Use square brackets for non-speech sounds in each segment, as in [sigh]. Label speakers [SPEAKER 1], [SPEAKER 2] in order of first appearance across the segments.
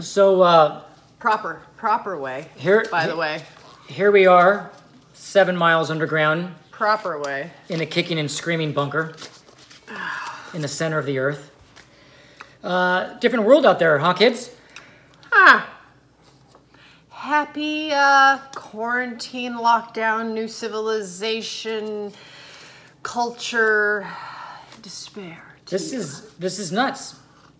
[SPEAKER 1] So uh,
[SPEAKER 2] Proper, proper way,
[SPEAKER 1] here,
[SPEAKER 2] by the way.
[SPEAKER 1] here we are, seven miles underground
[SPEAKER 2] Proper way.
[SPEAKER 1] in a kicking and screaming bunker in the center of the earth. Uh, different world out there, huh, kids?
[SPEAKER 2] Ah. Happy uh, quarantine, lockdown, new civilization, culture, [sighs] despair.
[SPEAKER 1] This is this is nuts.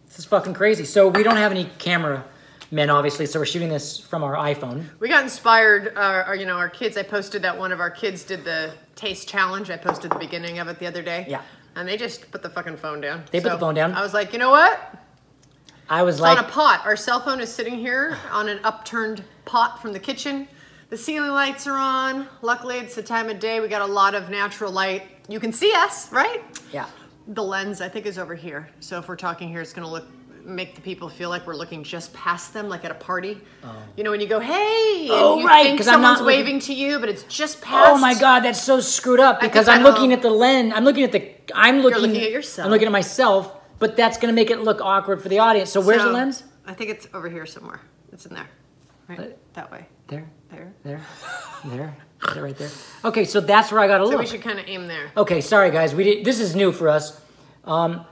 [SPEAKER 1] This is fucking crazy. So we don't have any camera men, obviously. So we're shooting this from our iPhone.
[SPEAKER 2] We got inspired. Our, our, you know, our kids. I posted that one of our kids did the taste challenge. I posted the beginning of it the other day.
[SPEAKER 1] Yeah.
[SPEAKER 2] And they just put the fucking phone down.
[SPEAKER 1] They put the phone down.
[SPEAKER 2] I was like, you know what?
[SPEAKER 1] I was
[SPEAKER 2] It's
[SPEAKER 1] like,
[SPEAKER 2] on a pot. Our cell phone is sitting here on an upturned pot from the kitchen. The ceiling lights are on. Luckily, it's the time of day. We got a lot of natural light. You can see us, right?
[SPEAKER 1] yeah,
[SPEAKER 2] The lens, I think, is over here. So if we're talking here, it's going to look make the people feel like we're looking just past them, like at a party. You know, when you go, "Hey," and
[SPEAKER 1] Oh,
[SPEAKER 2] you
[SPEAKER 1] right,
[SPEAKER 2] think
[SPEAKER 1] 'cause I'm not
[SPEAKER 2] someone's
[SPEAKER 1] looking-
[SPEAKER 2] waving to you, but it's just past.
[SPEAKER 1] Oh my god, that's so screwed up
[SPEAKER 2] think
[SPEAKER 1] because
[SPEAKER 2] I
[SPEAKER 1] I'm looking
[SPEAKER 2] know.
[SPEAKER 1] at the lens. I'm looking at the. I'm looking.
[SPEAKER 2] looking at yourself.
[SPEAKER 1] I'm looking at myself, but that's gonna make it look awkward for the audience. So where's
[SPEAKER 2] So,
[SPEAKER 1] the lens?
[SPEAKER 2] I think it's over here somewhere. It's in there, right?
[SPEAKER 1] What?
[SPEAKER 2] That way.
[SPEAKER 1] There,
[SPEAKER 2] There.
[SPEAKER 1] there, there. Is it right there? [laughs] Okay, so that's where I gotta
[SPEAKER 2] So we
[SPEAKER 1] look.
[SPEAKER 2] should kind of aim there.
[SPEAKER 1] Okay, sorry guys, we did. This is new for us. Um,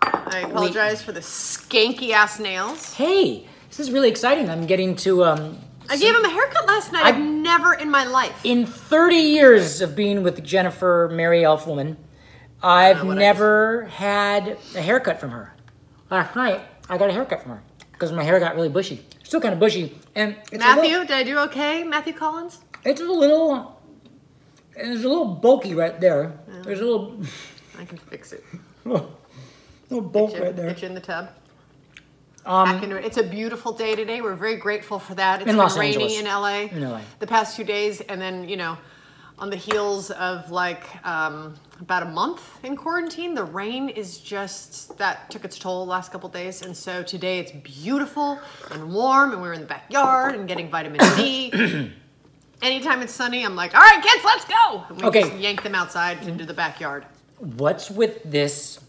[SPEAKER 2] I apologize for the skanky ass nails.
[SPEAKER 1] hey, this is really exciting. I'm getting to um,
[SPEAKER 2] I gave him a haircut last night.
[SPEAKER 1] I-
[SPEAKER 2] I've never in my life.
[SPEAKER 1] in 30 years of being with Jennifer Mary Elfwoman, I've
[SPEAKER 2] know what I
[SPEAKER 1] never had a haircut from her. Last night, I got a haircut from her because my hair got really bushy. Still kind of bushy, and it's a
[SPEAKER 2] Matthew,
[SPEAKER 1] little,
[SPEAKER 2] did I do okay? Matthew Collins?
[SPEAKER 1] it's a little, it's a little bulky right there. There's a little, [laughs]
[SPEAKER 2] I can fix it.
[SPEAKER 1] little bulk
[SPEAKER 2] Get
[SPEAKER 1] right
[SPEAKER 2] you,
[SPEAKER 1] there.
[SPEAKER 2] get you in the tub. Back
[SPEAKER 1] Um,
[SPEAKER 2] into it. It's a beautiful day today. We're very grateful for that. It's
[SPEAKER 1] In
[SPEAKER 2] been
[SPEAKER 1] Los
[SPEAKER 2] raining
[SPEAKER 1] Angeles.
[SPEAKER 2] in LA,
[SPEAKER 1] In LA.
[SPEAKER 2] the past two days, and then you know, on the heels of like um, about a month in quarantine, the rain is just that took its toll last couple days. And so today it's beautiful and warm, and we were in the backyard and getting vitamin
[SPEAKER 1] [coughs]
[SPEAKER 2] D. Anytime it's sunny, I'm like, all right, kids, let's go. And we
[SPEAKER 1] Okay.
[SPEAKER 2] just yank them outside into the backyard.
[SPEAKER 1] what's with this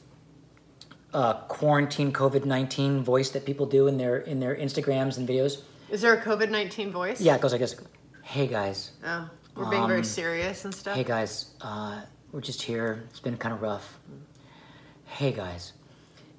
[SPEAKER 1] uh, quarantine COVID nineteen voice that people do in their in their Instagrams and videos?
[SPEAKER 2] Is there a COVID 19 voice?
[SPEAKER 1] Yeah, it goes like this. Hey guys.
[SPEAKER 2] Oh, we're being very serious and stuff.
[SPEAKER 1] Um, Hey guys, uh, we're just here. It's been kind of rough. Hey guys,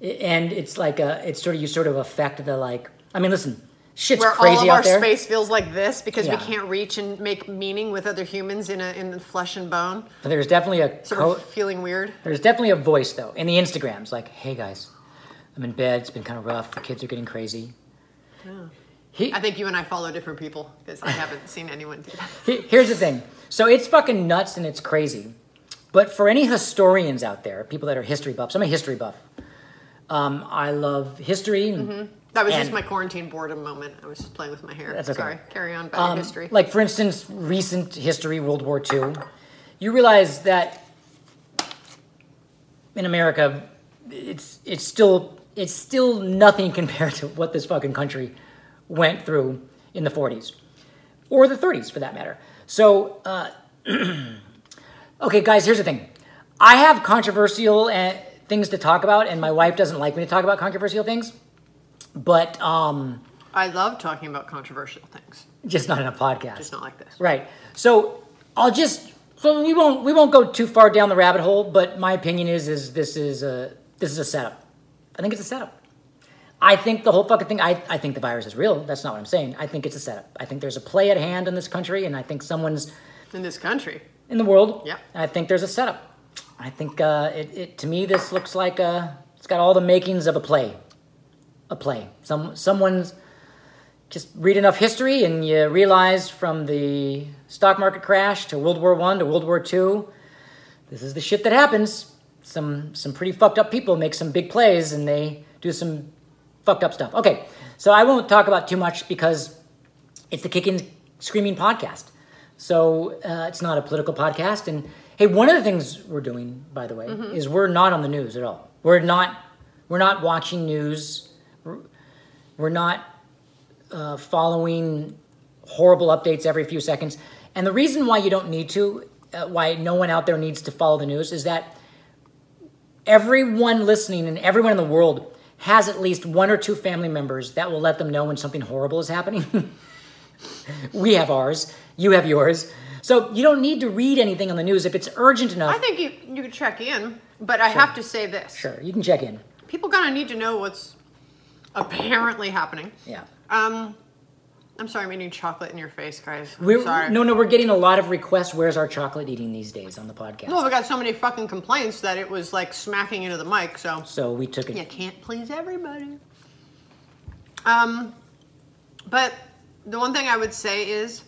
[SPEAKER 1] I- and it's like a, it's sort of you sort of affect the like. I mean, listen, shit's
[SPEAKER 2] where
[SPEAKER 1] crazy
[SPEAKER 2] all of
[SPEAKER 1] out
[SPEAKER 2] our
[SPEAKER 1] there.
[SPEAKER 2] space feels like this because we
[SPEAKER 1] Yeah.
[SPEAKER 2] can't reach and make meaning with other humans in a in the flesh and bone.
[SPEAKER 1] But there's definitely a
[SPEAKER 2] So
[SPEAKER 1] co-
[SPEAKER 2] we're feeling weird.
[SPEAKER 1] there's definitely a voice though in the Instagrams like, hey guys, I'm in bed. It's been kind of rough. The kids are getting crazy. He,
[SPEAKER 2] I think you and I follow different people because I haven't seen anyone do that.
[SPEAKER 1] he- here's the thing. So it's fucking nuts and it's crazy. But for any historians out there, people that are history buffs, I'm a history buff. Um, I love history. And,
[SPEAKER 2] That was just
[SPEAKER 1] And-
[SPEAKER 2] my quarantine boredom moment. I was just playing with my hair.
[SPEAKER 1] That's okay.
[SPEAKER 2] Sorry. Carry on about
[SPEAKER 1] Um,
[SPEAKER 2] your history.
[SPEAKER 1] Like, for instance, recent history, World War II. You realize that in America, it's it's still it's still nothing [laughs] compared to what this fucking country went through in the 40s or the 30s, for that matter. So, uh, [clears throat] okay, guys, here's the thing. I have controversial uh, things to talk about, and my wife doesn't like me to talk about controversial things, but um,
[SPEAKER 2] I love talking about controversial things.
[SPEAKER 1] just not in a podcast.
[SPEAKER 2] It's not like this.
[SPEAKER 1] Right. So I'll just so we won't we won't go too far down the rabbit hole, but my opinion is is this is a this is a setup. I think it's a setup. I think the whole fucking thing I, I think the virus is real. That's not what I'm saying. I think it's a setup. I think there's a play at hand in this country and I think someone's
[SPEAKER 2] In this country.
[SPEAKER 1] in the world.
[SPEAKER 2] Yeah.
[SPEAKER 1] And I think there's a setup. I think uh, it, it to me this looks like uh it's got all the makings of a play. A play. Some someone's just read enough history and you realize from the stock market crash to World War One to World War Two, this is the shit that happens. Some some pretty fucked up people make some big plays and they do some fucked up stuff. Okay, so I won't talk about too much because it's the Kicking Screaming podcast. So uh, it's not a political podcast. And hey, one of the things we're doing, by the way, is we're not on the news at all. We're not we're not watching news. We're, we're not uh, following horrible updates every few seconds. And the reason why you don't need to, uh, why no one out there needs to follow the news, is that everyone listening and everyone in the world has at least one or two family members that will let them know when something horrible is happening. [laughs] we have ours, you have yours. So you don't need to read anything on the news if it's urgent enough.
[SPEAKER 2] I think you you could check in, but I have to say this:
[SPEAKER 1] sure, you can check in.
[SPEAKER 2] people gonna need to know what's apparently happening.
[SPEAKER 1] Yeah.
[SPEAKER 2] Um, I'm sorry, I'm eating chocolate in your face, guys. I'm
[SPEAKER 1] We're,
[SPEAKER 2] sorry.
[SPEAKER 1] No, no, we're getting a lot of requests. Where's our chocolate eating these days on the podcast?
[SPEAKER 2] Well, we got so many fucking complaints that it was like smacking into the mic. So
[SPEAKER 1] So we took it.
[SPEAKER 2] you can't please everybody. Um, but the one thing I would say is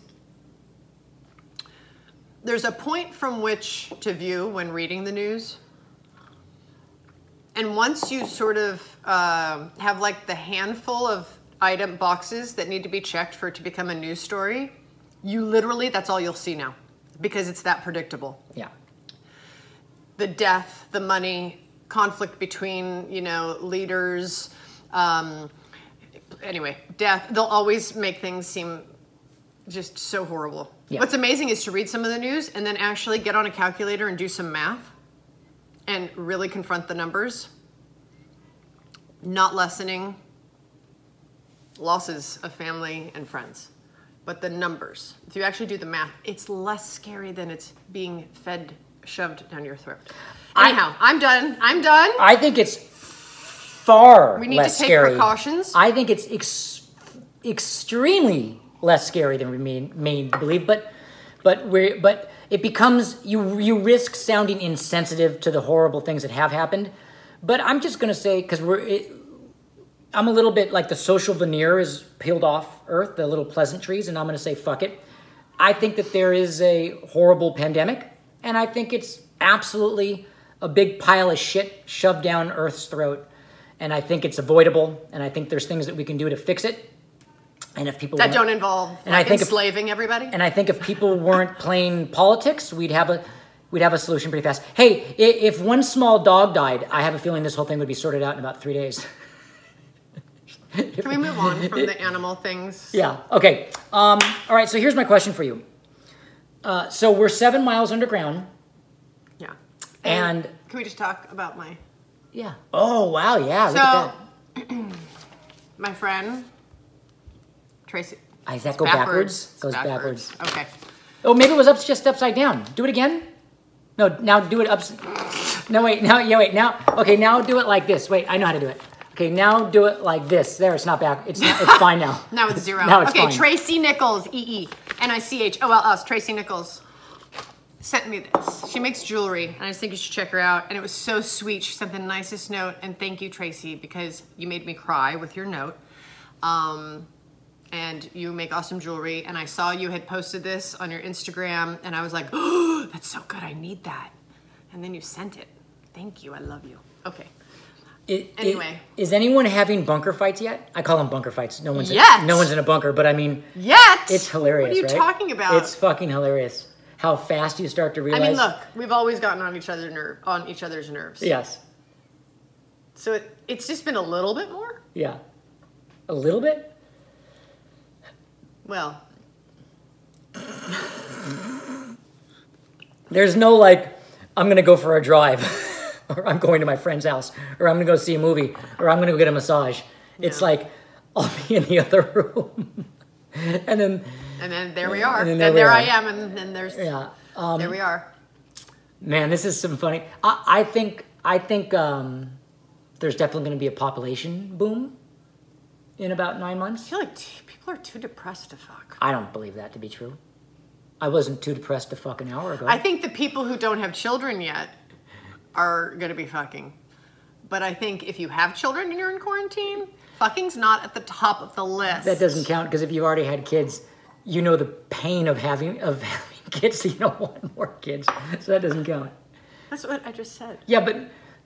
[SPEAKER 2] there's a point from which to view when reading the news. And once you sort of uh, have like the handful of item boxes that need to be checked for it to become a news story, you literally, that's all you'll see now because it's that predictable
[SPEAKER 1] Yeah.
[SPEAKER 2] the death, the money, conflict between you know leaders. Um, anyway, death. They'll always make things seem just so horrible.
[SPEAKER 1] Yeah.
[SPEAKER 2] What's amazing is to read some of the news and then actually get on a calculator and do some math and really confront the numbers. Not lessening losses of family and friends, but the numbers. If you actually do the math, it's less scary than it's being fed, shoved down your throat.
[SPEAKER 1] I-
[SPEAKER 2] Anyhow, I, am done. I'm done.
[SPEAKER 1] I think it's far
[SPEAKER 2] We need to
[SPEAKER 1] less
[SPEAKER 2] take
[SPEAKER 1] scary.
[SPEAKER 2] precautions.
[SPEAKER 1] I think it's ex- extremely less scary than we may, may believe, but but we're but it becomes you you risk sounding insensitive to the horrible things that have happened. But I'm just gonna say because we're it, I'm a little bit like the social veneer is peeled off Earth, the little pleasantries, and I'm gonna say fuck it. I think that there is a horrible pandemic, and I think it's absolutely a big pile of shit shoved down Earth's throat. And I think it's avoidable, and I think there's things that we can do to fix it. And if people
[SPEAKER 2] that
[SPEAKER 1] want-
[SPEAKER 2] don't involve
[SPEAKER 1] And I
[SPEAKER 2] like,
[SPEAKER 1] think if-
[SPEAKER 2] enslaving everybody.
[SPEAKER 1] and I think if people
[SPEAKER 2] [laughs]
[SPEAKER 1] weren't playing politics, we'd have a we'd have a solution pretty fast. Hey, i- if one small dog died, I have a feeling this whole thing would be sorted out in about three days. [laughs]
[SPEAKER 2] Can we move on from the animal things?
[SPEAKER 1] Yeah. Okay. Um, all right. So here's my question for you. Uh, so we're seven miles underground,
[SPEAKER 2] Yeah.
[SPEAKER 1] and
[SPEAKER 2] Can we just talk about my
[SPEAKER 1] yeah. Oh wow! Yeah. look at that.
[SPEAKER 2] so my friend Tracy?
[SPEAKER 1] Ah, does that go backwards? Goes backwards.
[SPEAKER 2] Okay.
[SPEAKER 1] Oh, maybe it was up just upside down. Do it again. No, now do it ups. No, wait. Now, yeah, wait. Now, okay. Now do it like this. Wait, I know how to do it. Okay, now do it like this. There, it's not back. It's
[SPEAKER 2] [laughs]
[SPEAKER 1] it's fine now.
[SPEAKER 2] Now it's zero.
[SPEAKER 1] Now it's
[SPEAKER 2] okay,
[SPEAKER 1] fine.
[SPEAKER 2] Tracy Nichols, E E N I C H O L S. Tracy Nichols sent me this. She makes jewelry, and I just think you should check her out. And it was so sweet. She sent the nicest note, and thank you, Tracy, because you made me cry with your note. Um, and you make awesome jewelry. And I saw you had posted this on your Instagram, and I was like, [gasps] oh, that's so good. I need that. And then you sent it. Thank you. I love you. Okay.
[SPEAKER 1] It- it-
[SPEAKER 2] Anyway.
[SPEAKER 1] is anyone having bunker fights yet? I call them bunker fights. No one's
[SPEAKER 2] Yes.
[SPEAKER 1] no one's in a bunker, but I mean,
[SPEAKER 2] Yet
[SPEAKER 1] It's hilarious.
[SPEAKER 2] What are you
[SPEAKER 1] right?
[SPEAKER 2] talking about?
[SPEAKER 1] It's fucking hilarious how fast you start to
[SPEAKER 2] I
[SPEAKER 1] realize.
[SPEAKER 2] mean, look, we've always gotten on each other ner- on each other's nerves.
[SPEAKER 1] Yes.
[SPEAKER 2] So it, it's just been a little bit more.
[SPEAKER 1] Yeah. A little bit.
[SPEAKER 2] Well,
[SPEAKER 1] There's no like, I'm gonna go for a drive, [laughs] or I'm going to my friend's house, or I'm gonna go see a movie, or I'm gonna go get a massage. It's
[SPEAKER 2] No.
[SPEAKER 1] like [laughs] I'll be in the other room, [laughs] and then
[SPEAKER 2] and then there we are.
[SPEAKER 1] And
[SPEAKER 2] And,
[SPEAKER 1] then there
[SPEAKER 2] there,
[SPEAKER 1] we
[SPEAKER 2] I
[SPEAKER 1] are.
[SPEAKER 2] am, and then there's
[SPEAKER 1] yeah. uh, um,
[SPEAKER 2] there we are.
[SPEAKER 1] Man, this is some funny. I, I think I think um, there's definitely going to be a population boom in about nine
[SPEAKER 2] I
[SPEAKER 1] months.
[SPEAKER 2] feel like t- people are too depressed to fuck.
[SPEAKER 1] I don't believe that to be true. I wasn't too depressed to fuck an hour ago.
[SPEAKER 2] I think the people who don't have children yet are gonna be fucking. But I think if you have children and you're in quarantine, fucking's not at the top of the list.
[SPEAKER 1] that doesn't count because if you've already had kids, you know the pain of having of [laughs] having kids. So you don't want more kids, so that doesn't count.
[SPEAKER 2] That's what I just said.
[SPEAKER 1] Yeah, but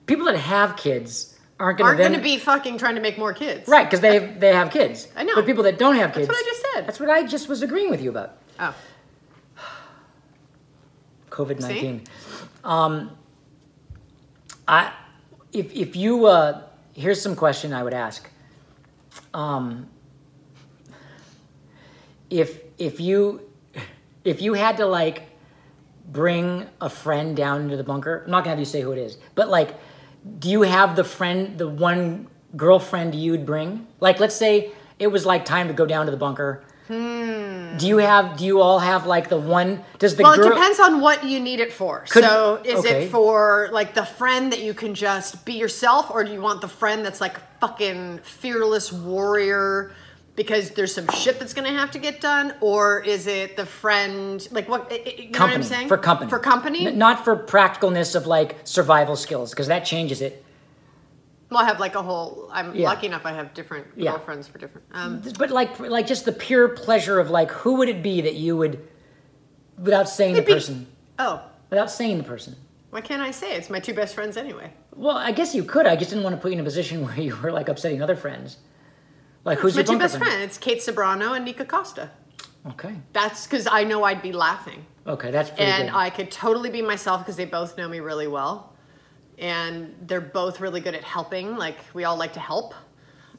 [SPEAKER 1] people that have kids aren't going
[SPEAKER 2] Aren't
[SPEAKER 1] to then
[SPEAKER 2] gonna be fucking trying to make more kids.
[SPEAKER 1] right because they they have kids.
[SPEAKER 2] I know.
[SPEAKER 1] But people that don't have kids.
[SPEAKER 2] That's what I just said.
[SPEAKER 1] That's what I just was agreeing with you about.
[SPEAKER 2] Oh.
[SPEAKER 1] COVID nineteen. Um, I if if you uh, here's some question I would ask. Um, if if you if you had to like bring a friend down into the bunker, I'm not gonna have you say who it is, but like, do you have the friend, the one girlfriend you'd bring? Like, let's say it was like time to go down to the bunker. Do you have? Do you all have like the one? Does the
[SPEAKER 2] Hmm. Well,
[SPEAKER 1] girl?
[SPEAKER 2] it depends on what you need it for.
[SPEAKER 1] Could-
[SPEAKER 2] so, is
[SPEAKER 1] okay.
[SPEAKER 2] it for like the friend that you can just be yourself, or do you want the friend that's like fucking fearless warrior because there's some shit that's gonna have to get done, or is it the friend like what? i- i- You know what I'm
[SPEAKER 1] company
[SPEAKER 2] saying?
[SPEAKER 1] for company
[SPEAKER 2] For company.
[SPEAKER 1] N- not for practicalness of like survival skills because that changes it.
[SPEAKER 2] well, I have like a whole. I'm
[SPEAKER 1] Yeah.
[SPEAKER 2] lucky enough. I have different
[SPEAKER 1] Yeah.
[SPEAKER 2] girlfriends for different. Um,
[SPEAKER 1] But like like just the pure pleasure of like who would it be that you would, without saying
[SPEAKER 2] It'd
[SPEAKER 1] the
[SPEAKER 2] be-
[SPEAKER 1] person,
[SPEAKER 2] oh,
[SPEAKER 1] without saying the person.
[SPEAKER 2] why can't I say it? it's my two best friends anyway?
[SPEAKER 1] Well, I guess you could. I just didn't want to put you in a position [laughs] where you were like upsetting other friends. Like who's
[SPEAKER 2] It's my
[SPEAKER 1] your
[SPEAKER 2] two
[SPEAKER 1] bunker
[SPEAKER 2] best friend. It's Kate Sobrano and Nika Costa.
[SPEAKER 1] Okay,
[SPEAKER 2] That's because I know I'd be laughing.
[SPEAKER 1] okay, that's pretty
[SPEAKER 2] and
[SPEAKER 1] good.
[SPEAKER 2] I could totally be myself because they both know me really well, and they're both really good at helping. Like we all like to help,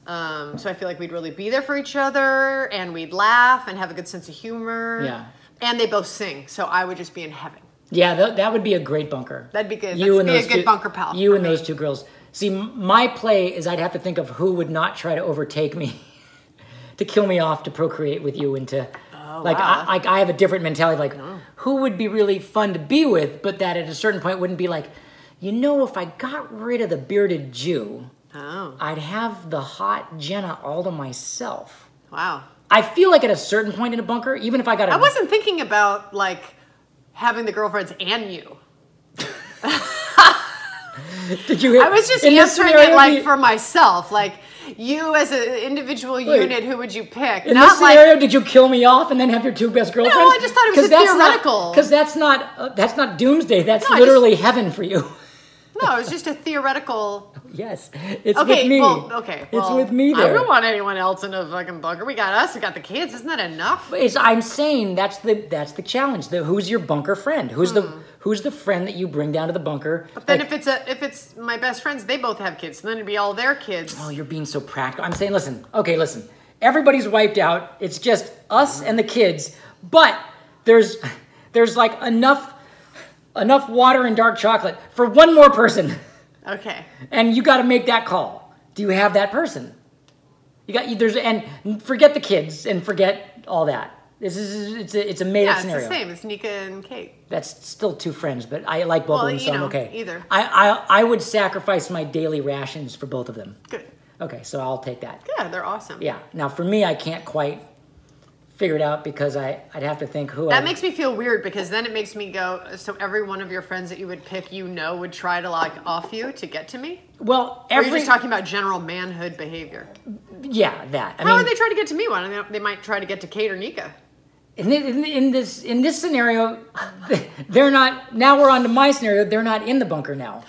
[SPEAKER 2] um, so I feel like we'd really be there for each other, and we'd laugh and have a good sense of humor.
[SPEAKER 1] Yeah.
[SPEAKER 2] and they both sing, so I would just be in heaven.
[SPEAKER 1] yeah, that, that would be a great bunker.
[SPEAKER 2] That'd be good. That'd be a good
[SPEAKER 1] two,
[SPEAKER 2] bunker pal
[SPEAKER 1] You
[SPEAKER 2] for
[SPEAKER 1] and
[SPEAKER 2] me.
[SPEAKER 1] those two girls. See, m- my play is I'd have to think of who would not try to overtake me, [laughs] to kill me off, to procreate with you, and to like
[SPEAKER 2] Oh, wow. Oh.
[SPEAKER 1] I, like I have a different mentality. Like who would be really fun to be with, but that at a certain point wouldn't be like, you know, if I got rid of the bearded Jew,
[SPEAKER 2] Oh
[SPEAKER 1] I'd have the hot Jenna all to myself.
[SPEAKER 2] wow!
[SPEAKER 1] I feel like at a certain point in a bunker, even if I got a
[SPEAKER 2] I wasn't thinking about like having the girlfriends and you.
[SPEAKER 1] [laughs] did you hear?
[SPEAKER 2] I was just
[SPEAKER 1] in this
[SPEAKER 2] answering
[SPEAKER 1] scenario,
[SPEAKER 2] it
[SPEAKER 1] do
[SPEAKER 2] like
[SPEAKER 1] you-
[SPEAKER 2] for myself, like you as an individual unit, who would you pick?
[SPEAKER 1] in this
[SPEAKER 2] Not like
[SPEAKER 1] scenario, did you kill me off and then have your two best girlfriends?
[SPEAKER 2] I just thought it was a theoretical.
[SPEAKER 1] Because that's not uh, that's not doomsday. That's
[SPEAKER 2] No, I
[SPEAKER 1] literally heaven for you. [laughs]
[SPEAKER 2] no, it was just a theoretical
[SPEAKER 1] yes, it's
[SPEAKER 2] Okay,
[SPEAKER 1] with me.
[SPEAKER 2] well, okay. well,
[SPEAKER 1] it's with me
[SPEAKER 2] I
[SPEAKER 1] there.
[SPEAKER 2] don't want anyone else in a fucking bunker. We got us. We got the kids. Isn't that enough?
[SPEAKER 1] It's, I'm saying that's the that's the challenge. The, who's your bunker friend? Who's the who's the friend that you bring down to the bunker?
[SPEAKER 2] Hmm. But then if it's a if it's my best friends, they both have kids. So then it'd be all their kids.
[SPEAKER 1] Oh, you're being so practical. I'm saying, listen, okay, listen. Everybody's wiped out. It's just us and the kids. But there's there's like enough enough water and dark chocolate for one more person.
[SPEAKER 2] Okay.
[SPEAKER 1] And you got to make that call. Do you have that person? You got there's and forget the kids and forget all that. This is it's a, it's a made up
[SPEAKER 2] Yeah, it's
[SPEAKER 1] scenario.
[SPEAKER 2] the same. It's Nika and Kate.
[SPEAKER 1] That's still two friends, but I like both of
[SPEAKER 2] Well,
[SPEAKER 1] them,
[SPEAKER 2] you
[SPEAKER 1] so I'm
[SPEAKER 2] know,
[SPEAKER 1] okay.
[SPEAKER 2] either.
[SPEAKER 1] I, I I would sacrifice my daily rations for both of them.
[SPEAKER 2] Good.
[SPEAKER 1] Okay, so I'll take that.
[SPEAKER 2] Yeah, they're awesome.
[SPEAKER 1] Yeah. Now for me, I can't quite figure it out because I I'd have to think who. I,
[SPEAKER 2] That makes me feel weird because then it makes me go. So every one of your friends that you would pick, you know, would try to like off you to get to me.
[SPEAKER 1] well
[SPEAKER 2] Or you're
[SPEAKER 1] every
[SPEAKER 2] just talking about general manhood behavior.
[SPEAKER 1] yeah that. I
[SPEAKER 2] How
[SPEAKER 1] mean,
[SPEAKER 2] would they try to get to me? Why don't they, they might try to get to Kate or Nika?
[SPEAKER 1] in, thi- in, in this in this scenario, [laughs] they're not. Now we're on to my scenario. They're not in the bunker now.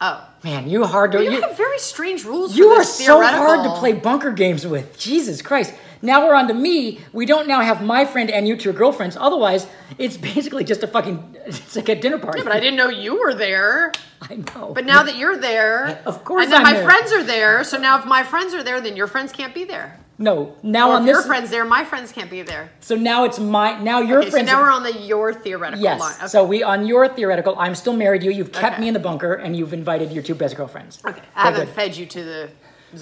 [SPEAKER 2] Oh,
[SPEAKER 1] Man, you hard to
[SPEAKER 2] you,
[SPEAKER 1] you,
[SPEAKER 2] have very strange rules.
[SPEAKER 1] you
[SPEAKER 2] for
[SPEAKER 1] are
[SPEAKER 2] this
[SPEAKER 1] so hard to
[SPEAKER 2] theoretical-
[SPEAKER 1] play bunker games with. Jesus Christ. Now we're on to me. We don't now have my friend and you two girlfriends. Otherwise, it's basically just a fucking it's like a dinner party.
[SPEAKER 2] But I didn't know you were there.
[SPEAKER 1] [laughs] I know.
[SPEAKER 2] But now that you're there,
[SPEAKER 1] Of course
[SPEAKER 2] and then
[SPEAKER 1] I'm
[SPEAKER 2] my
[SPEAKER 1] there.
[SPEAKER 2] friends are there. So now if my friends are there, then your friends can't be there.
[SPEAKER 1] no, now
[SPEAKER 2] Or
[SPEAKER 1] on
[SPEAKER 2] if
[SPEAKER 1] this
[SPEAKER 2] your friends there, my friends can't be there.
[SPEAKER 1] So now it's my now your
[SPEAKER 2] Okay, so
[SPEAKER 1] friends
[SPEAKER 2] now we're on the your theoretical
[SPEAKER 1] Yes.
[SPEAKER 2] line. Okay.
[SPEAKER 1] So we on your theoretical, I'm still married to you. You've kept
[SPEAKER 2] Okay.
[SPEAKER 1] me in the bunker, and you've invited your two best girlfriends.
[SPEAKER 2] okay. I haven't
[SPEAKER 1] good.
[SPEAKER 2] fed you to the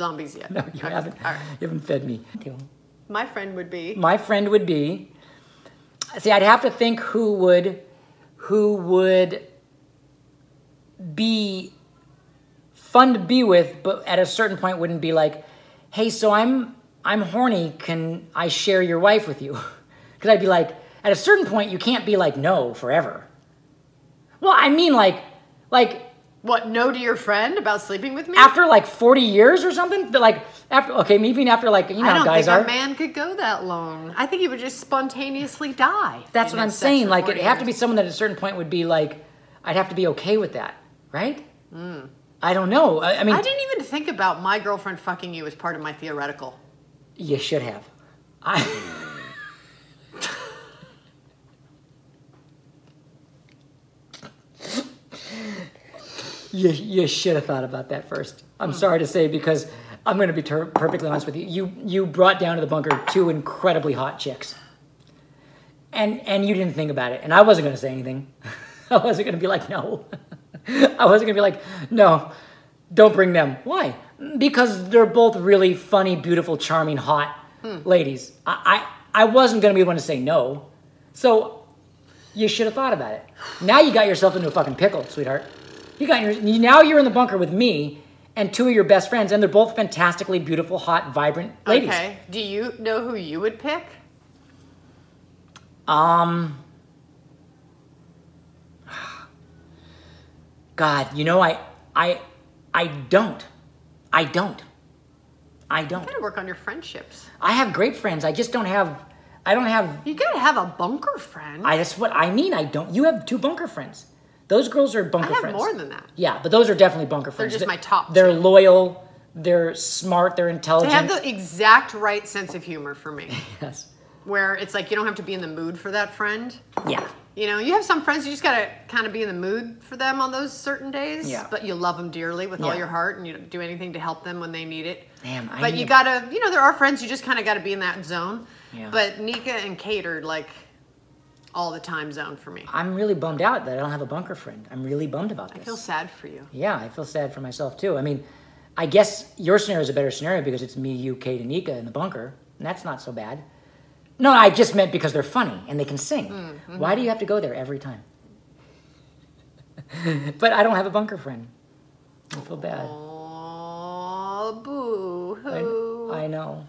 [SPEAKER 2] zombies yet.
[SPEAKER 1] No, you
[SPEAKER 2] Okay,
[SPEAKER 1] haven't.
[SPEAKER 2] All right.
[SPEAKER 1] You haven't fed me.
[SPEAKER 2] My friend would be
[SPEAKER 1] My friend would be. See, I'd have to think who would, who would be fun to be with, but at a certain point wouldn't be like, hey, so I'm I'm horny. Can I share your wife with you? [laughs] Because I'd be like, at a certain point, you can't be like no forever. Well, I mean, like, like
[SPEAKER 2] what? No to your friend about sleeping with me?
[SPEAKER 1] after like 40 years or something but like after okay maybe even after like you know
[SPEAKER 2] I
[SPEAKER 1] how
[SPEAKER 2] don't
[SPEAKER 1] guys
[SPEAKER 2] think
[SPEAKER 1] are
[SPEAKER 2] a man could go that long. I think he would just spontaneously die.
[SPEAKER 1] that's
[SPEAKER 2] in
[SPEAKER 1] what i'm
[SPEAKER 2] his sex
[SPEAKER 1] saying like
[SPEAKER 2] before
[SPEAKER 1] it'd have to
[SPEAKER 2] years.
[SPEAKER 1] be someone that at a certain point would be like i'd have to be okay with that right i don't know i, I mean
[SPEAKER 2] I didn't even think about my girlfriend fucking you as part of my theoretical.
[SPEAKER 1] you should have i [laughs] You, you should have thought about that first. I'm
[SPEAKER 2] Hmm.
[SPEAKER 1] sorry to say because I'm going to be ter- perfectly honest with you. You you brought down to the bunker two incredibly hot chicks. and and you didn't think about it, and I wasn't going to say anything. [laughs] I wasn't going to be like no. [laughs] I wasn't going to be like no. Don't bring them. Why? Because they're both really funny, beautiful, charming, hot ladies. I, I I wasn't going to be the one to say no. So you should have thought about it. Now you got yourself into a fucking pickle, sweetheart. You got your now you're in the bunker with me and two of your best friends, and they're both fantastically beautiful, hot, vibrant ladies.
[SPEAKER 2] Okay. Do you know who you would pick?
[SPEAKER 1] Um, God, you know I I I don't. I don't. I don't.
[SPEAKER 2] You gotta work on your friendships.
[SPEAKER 1] I have great friends. I just don't have I don't have
[SPEAKER 2] You gotta have a bunker friend.
[SPEAKER 1] I that's what I mean. I don't you have two bunker friends. Those girls are bunker
[SPEAKER 2] I have
[SPEAKER 1] friends.
[SPEAKER 2] more than that.
[SPEAKER 1] Yeah, but those are definitely bunker friends.
[SPEAKER 2] just
[SPEAKER 1] They-
[SPEAKER 2] my top
[SPEAKER 1] They're
[SPEAKER 2] two.
[SPEAKER 1] loyal. They're smart. They're
[SPEAKER 2] They
[SPEAKER 1] intelligent.
[SPEAKER 2] have the exact right sense of humor for
[SPEAKER 1] [laughs]
[SPEAKER 2] me,
[SPEAKER 1] yes.
[SPEAKER 2] where it's like you don't have to be in the mood for that friend.
[SPEAKER 1] Yeah.
[SPEAKER 2] You know, you have some friends you just gotta kind of be in the mood for them on those certain days.
[SPEAKER 1] Yeah.
[SPEAKER 2] But you love them dearly with all
[SPEAKER 1] Yeah.
[SPEAKER 2] your heart, and you don't do anything to help them when they need it.
[SPEAKER 1] Damn, I
[SPEAKER 2] but you
[SPEAKER 1] need-
[SPEAKER 2] gotta, you know, there are friends you just kind of gotta be in that zone.
[SPEAKER 1] Yeah.
[SPEAKER 2] But Nika and Kate are like all the time zone for me.
[SPEAKER 1] I'm really bummed out that I don't have a bunker friend. I'm really bummed about this.
[SPEAKER 2] I feel sad for you.
[SPEAKER 1] Yeah, I feel sad for myself too. I mean, I guess your scenario is a better scenario because it's me, you, Kate, and Nika in the bunker, and that's not so bad. No, I just meant because they're funny and they can sing. Why do you have to go there every time? [laughs] but I don't have a bunker friend. I feel bad.
[SPEAKER 2] Oh, boo hoo.
[SPEAKER 1] I, I know.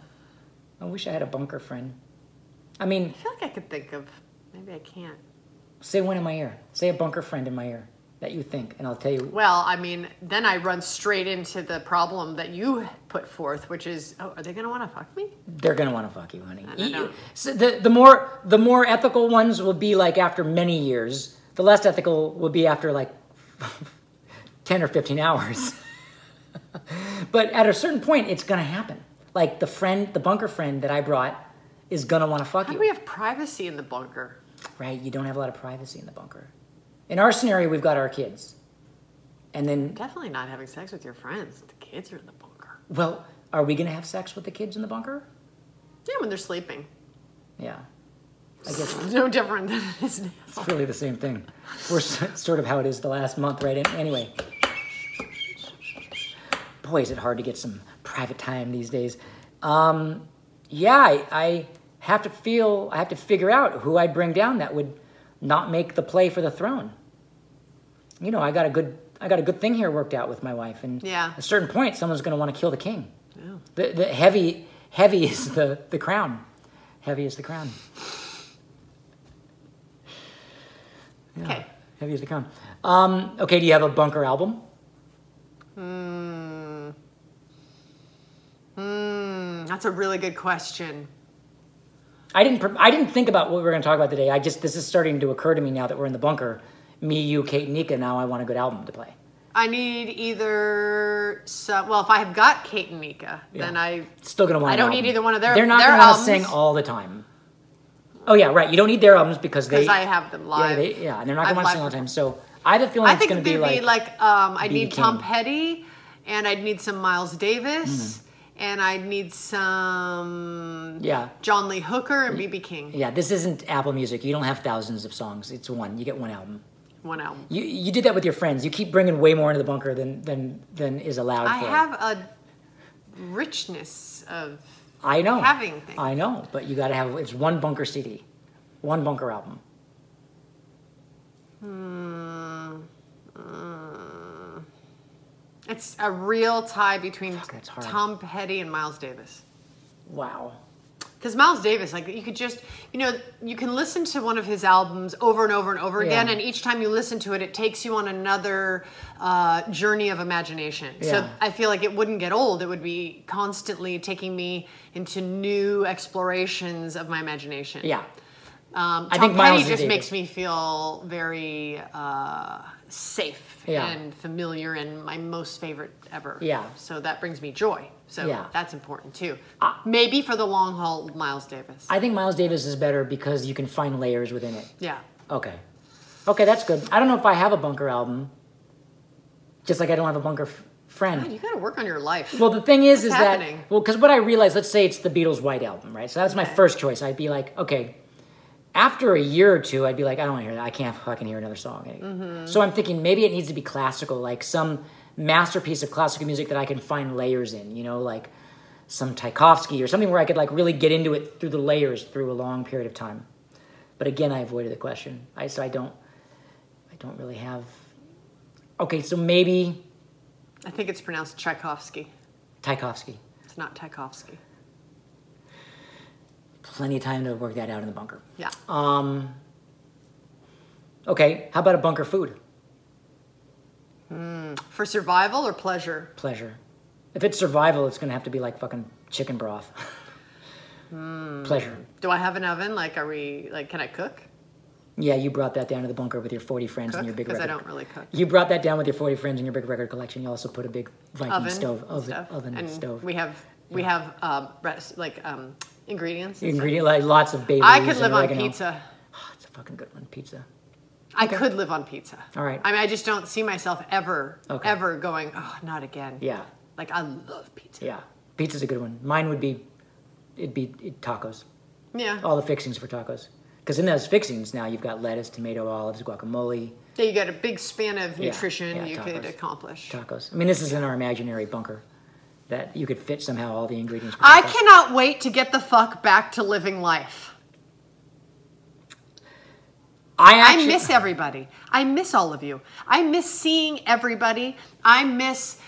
[SPEAKER 1] I wish I had a bunker friend. I mean,
[SPEAKER 2] I feel like I could think of. Maybe I can't.
[SPEAKER 1] say one in my ear. Say a bunker friend in my ear that you think, and I'll tell you.
[SPEAKER 2] Well, I mean, then I run straight into the problem that you put forth, which is, oh, are they going to want to fuck me?
[SPEAKER 1] They're gonna want to fuck you, honey. E,
[SPEAKER 2] don't know.
[SPEAKER 1] So the the more the more ethical ones will be like after many years. The less ethical will be after like [laughs] ten or fifteen hours. [laughs] but at a certain point, it's gonna happen. Like the friend, the bunker friend that I brought, is gonna want to fuck
[SPEAKER 2] How
[SPEAKER 1] you.
[SPEAKER 2] do we have privacy in the bunker?
[SPEAKER 1] right? You don't have a lot of privacy in the bunker. In our scenario, we've got our kids, and then
[SPEAKER 2] Definitely not having sex with your friends. The kids are in the bunker.
[SPEAKER 1] well, are we gonna have sex with the kids in the bunker?
[SPEAKER 2] Yeah, when they're sleeping.
[SPEAKER 1] Yeah, I guess
[SPEAKER 2] It's [laughs] no different than it is now.
[SPEAKER 1] It's really the same thing. We're s- sort of how it is the last month, right? An- Anyway. Boy, is it hard to get some private time these days. Um, yeah, I, I have to feel, I have to figure out who I'd bring down that would not make the play for the throne. You know, I got a good, I got a good thing here worked out with my wife, and
[SPEAKER 2] Yeah.
[SPEAKER 1] at a certain point, someone's going to want to kill the king.
[SPEAKER 2] Yeah.
[SPEAKER 1] The, the heavy, heavy is the, the crown. Heavy is the crown.
[SPEAKER 2] Okay.
[SPEAKER 1] Heavy as they come. Um, okay, do you have a bunker album?
[SPEAKER 2] Mm, Hmm. that's a really good question.
[SPEAKER 1] I didn't. Pre- I didn't think about what we were going to talk about today. I just this is starting to occur to me now that we're in the bunker. Me, you, Kate, and Nika. Now I want a good album to play.
[SPEAKER 2] I need either some. Well, if I have got Kate and Nika, then
[SPEAKER 1] Yeah.
[SPEAKER 2] I.
[SPEAKER 1] Still going to want.
[SPEAKER 2] I
[SPEAKER 1] an
[SPEAKER 2] don't
[SPEAKER 1] album.
[SPEAKER 2] need either one of their-
[SPEAKER 1] They're not
[SPEAKER 2] their
[SPEAKER 1] gonna wanna
[SPEAKER 2] albums.
[SPEAKER 1] sing all the time. Oh yeah, right. You don't need their albums because they.
[SPEAKER 2] Because I have them live.
[SPEAKER 1] Yeah, they, yeah, and they're not
[SPEAKER 2] I've
[SPEAKER 1] going to want to sing all
[SPEAKER 2] live
[SPEAKER 1] the time. So I have a feeling
[SPEAKER 2] I
[SPEAKER 1] it's
[SPEAKER 2] think
[SPEAKER 1] going
[SPEAKER 2] it'd
[SPEAKER 1] to be like,
[SPEAKER 2] um, I'd
[SPEAKER 1] BB
[SPEAKER 2] need Tom
[SPEAKER 1] King.
[SPEAKER 2] Petty, and I'd need some Miles Davis, and I'd need some
[SPEAKER 1] Mm-hmm. Yeah.
[SPEAKER 2] John Lee Hooker and BB King.
[SPEAKER 1] Yeah, this isn't Apple Music. You don't have thousands of songs. It's one. You get one album.
[SPEAKER 2] One album.
[SPEAKER 1] You you did that with your friends. You keep bringing way more into the bunker than than than is allowed.
[SPEAKER 2] I
[SPEAKER 1] for.
[SPEAKER 2] have a richness of.
[SPEAKER 1] I know.
[SPEAKER 2] having things.
[SPEAKER 1] I know, but you got to have it's one bunker CD, one bunker album.
[SPEAKER 2] Uh, It's a real tie between
[SPEAKER 1] that's hard.
[SPEAKER 2] Tom Petty and Miles Davis.
[SPEAKER 1] Wow.
[SPEAKER 2] Because Miles Davis, like you could just, you know, you can listen to one of his albums over and over and over again,
[SPEAKER 1] Yeah.
[SPEAKER 2] and each time you listen to it, it takes you on another uh, journey of imagination.
[SPEAKER 1] Yeah.
[SPEAKER 2] So I feel like it wouldn't get old. It would be constantly taking me into new explorations of my imagination.
[SPEAKER 1] Yeah.
[SPEAKER 2] Um, Tom
[SPEAKER 1] I think
[SPEAKER 2] Petty
[SPEAKER 1] Miles
[SPEAKER 2] just
[SPEAKER 1] Davis.
[SPEAKER 2] makes me feel very uh, safe
[SPEAKER 1] Yeah.
[SPEAKER 2] and familiar, and my most favorite ever.
[SPEAKER 1] Yeah.
[SPEAKER 2] So that brings me joy. So
[SPEAKER 1] Yeah. Uh,
[SPEAKER 2] that's important too. Maybe for the long haul, Miles Davis.
[SPEAKER 1] I think Miles Davis is better because you can find layers within it.
[SPEAKER 2] Yeah.
[SPEAKER 1] Okay. Okay, that's good. I don't know if I have a bunker album. Just like I don't have a bunker f- friend.
[SPEAKER 2] Man, you got to work on your life.
[SPEAKER 1] Well, the thing is, is
[SPEAKER 2] What's happening?
[SPEAKER 1] that well, because what I realized, let's say it's the Beatles' White Album, right? So that's my first choice. I'd be like, okay, after a year or two, I'd be like, I don't want to hear that. I can't fucking hear another song.
[SPEAKER 2] Mm-hmm.
[SPEAKER 1] So I'm thinking maybe it needs to be classical, like some masterpiece of classical music that I can find layers in, you know, like some Tchaikovsky or something where I could like really get into it through the layers through a long period of time. But again, I avoided the question. I so I don't I don't really have Okay, so maybe
[SPEAKER 2] I think it's pronounced Tchaikovsky.
[SPEAKER 1] Tchaikovsky.
[SPEAKER 2] It's not Tchaikovsky.
[SPEAKER 1] Plenty of time to work that out in the bunker.
[SPEAKER 2] Yeah.
[SPEAKER 1] Um Okay, how about a bunker food?
[SPEAKER 2] For survival or pleasure?
[SPEAKER 1] pleasure. If it's survival, it's gonna have to be like fucking chicken broth.
[SPEAKER 2] Hmm.
[SPEAKER 1] Pleasure.
[SPEAKER 2] Do I have an oven? Like, are we like? Can I cook?
[SPEAKER 1] Yeah, you brought that down to the bunker with your 40 friends and your big
[SPEAKER 2] Because
[SPEAKER 1] record.
[SPEAKER 2] I don't really cook.
[SPEAKER 1] You brought that down with your 40 friends and your big record collection. You also put a big Viking
[SPEAKER 2] Oven,
[SPEAKER 1] stove,
[SPEAKER 2] and
[SPEAKER 1] oven,
[SPEAKER 2] stuff.
[SPEAKER 1] oven
[SPEAKER 2] and
[SPEAKER 1] stove.
[SPEAKER 2] We have we have uh, rest, like um, ingredients. and stuff.
[SPEAKER 1] Ingredient, like lots of bay
[SPEAKER 2] I
[SPEAKER 1] leaves
[SPEAKER 2] could
[SPEAKER 1] and
[SPEAKER 2] live on
[SPEAKER 1] oregano.
[SPEAKER 2] pizza.
[SPEAKER 1] Oh, it's a fucking good one, pizza.
[SPEAKER 2] I could live on pizza.
[SPEAKER 1] All right.
[SPEAKER 2] I mean, I just don't see myself ever,
[SPEAKER 1] Okay.
[SPEAKER 2] ever going. Oh, not again.
[SPEAKER 1] Yeah,
[SPEAKER 2] Like I love pizza.
[SPEAKER 1] yeah. Pizza's a good one. Mine would be, it'd be it, tacos.
[SPEAKER 2] Yeah.
[SPEAKER 1] All the fixings for tacos. Because in those fixings now you've got lettuce, tomato, olives, guacamole.
[SPEAKER 2] So you get a big span of nutrition
[SPEAKER 1] yeah,
[SPEAKER 2] you could
[SPEAKER 1] tacos.
[SPEAKER 2] accomplish.
[SPEAKER 1] tacos. I mean, this is in our imaginary bunker that you could fit somehow all the ingredients. for
[SPEAKER 2] I
[SPEAKER 1] tacos.
[SPEAKER 2] cannot wait to get the fuck back to living life.
[SPEAKER 1] I, actually,
[SPEAKER 2] I miss everybody. I miss all of you. I miss seeing everybody. I miss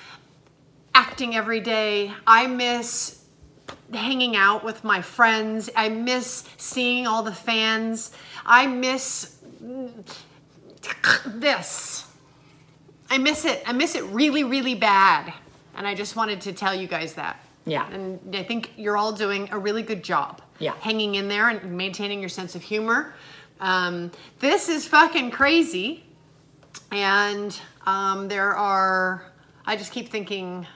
[SPEAKER 2] acting every day. I miss hanging out with my friends. I miss seeing all the fans. I miss this. I miss it. I miss it really, really bad. And I just wanted to tell you guys that.
[SPEAKER 1] Yeah.
[SPEAKER 2] And I think you're all doing a really good job.
[SPEAKER 1] Yeah.
[SPEAKER 2] Hanging in there and maintaining your sense of humor. Um, this is fucking crazy. And um, there are, I just keep thinking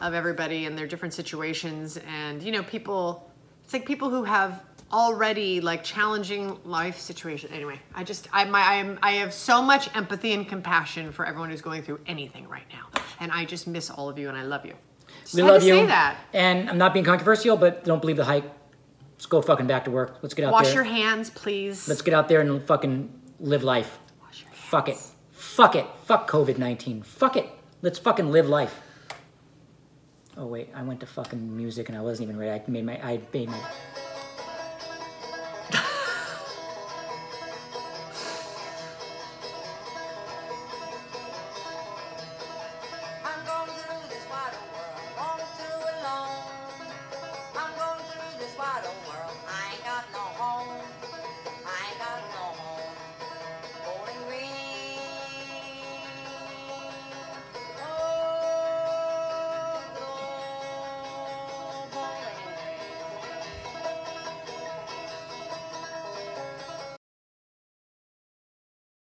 [SPEAKER 2] of everybody and their different situations. And, you know, people, it's like people who have already like challenging life situation anyway i just i my i'm i have so much empathy and compassion for everyone who's going through anything right now and i just miss all of you and i love you just
[SPEAKER 1] we
[SPEAKER 2] had
[SPEAKER 1] love
[SPEAKER 2] to
[SPEAKER 1] you.
[SPEAKER 2] say that
[SPEAKER 1] And I'm not being controversial, but don't believe the hype. Let's go fucking back to work. Let's get out
[SPEAKER 2] wash
[SPEAKER 1] there.
[SPEAKER 2] your hands please
[SPEAKER 1] Let's get out there and fucking live life.
[SPEAKER 2] wash your hands.
[SPEAKER 1] Fuck it. Fuck it. Fuck COVID 19. Fuck it. Let's fucking live life. Oh wait, I went to fucking music and I wasn't even ready. I made my I made my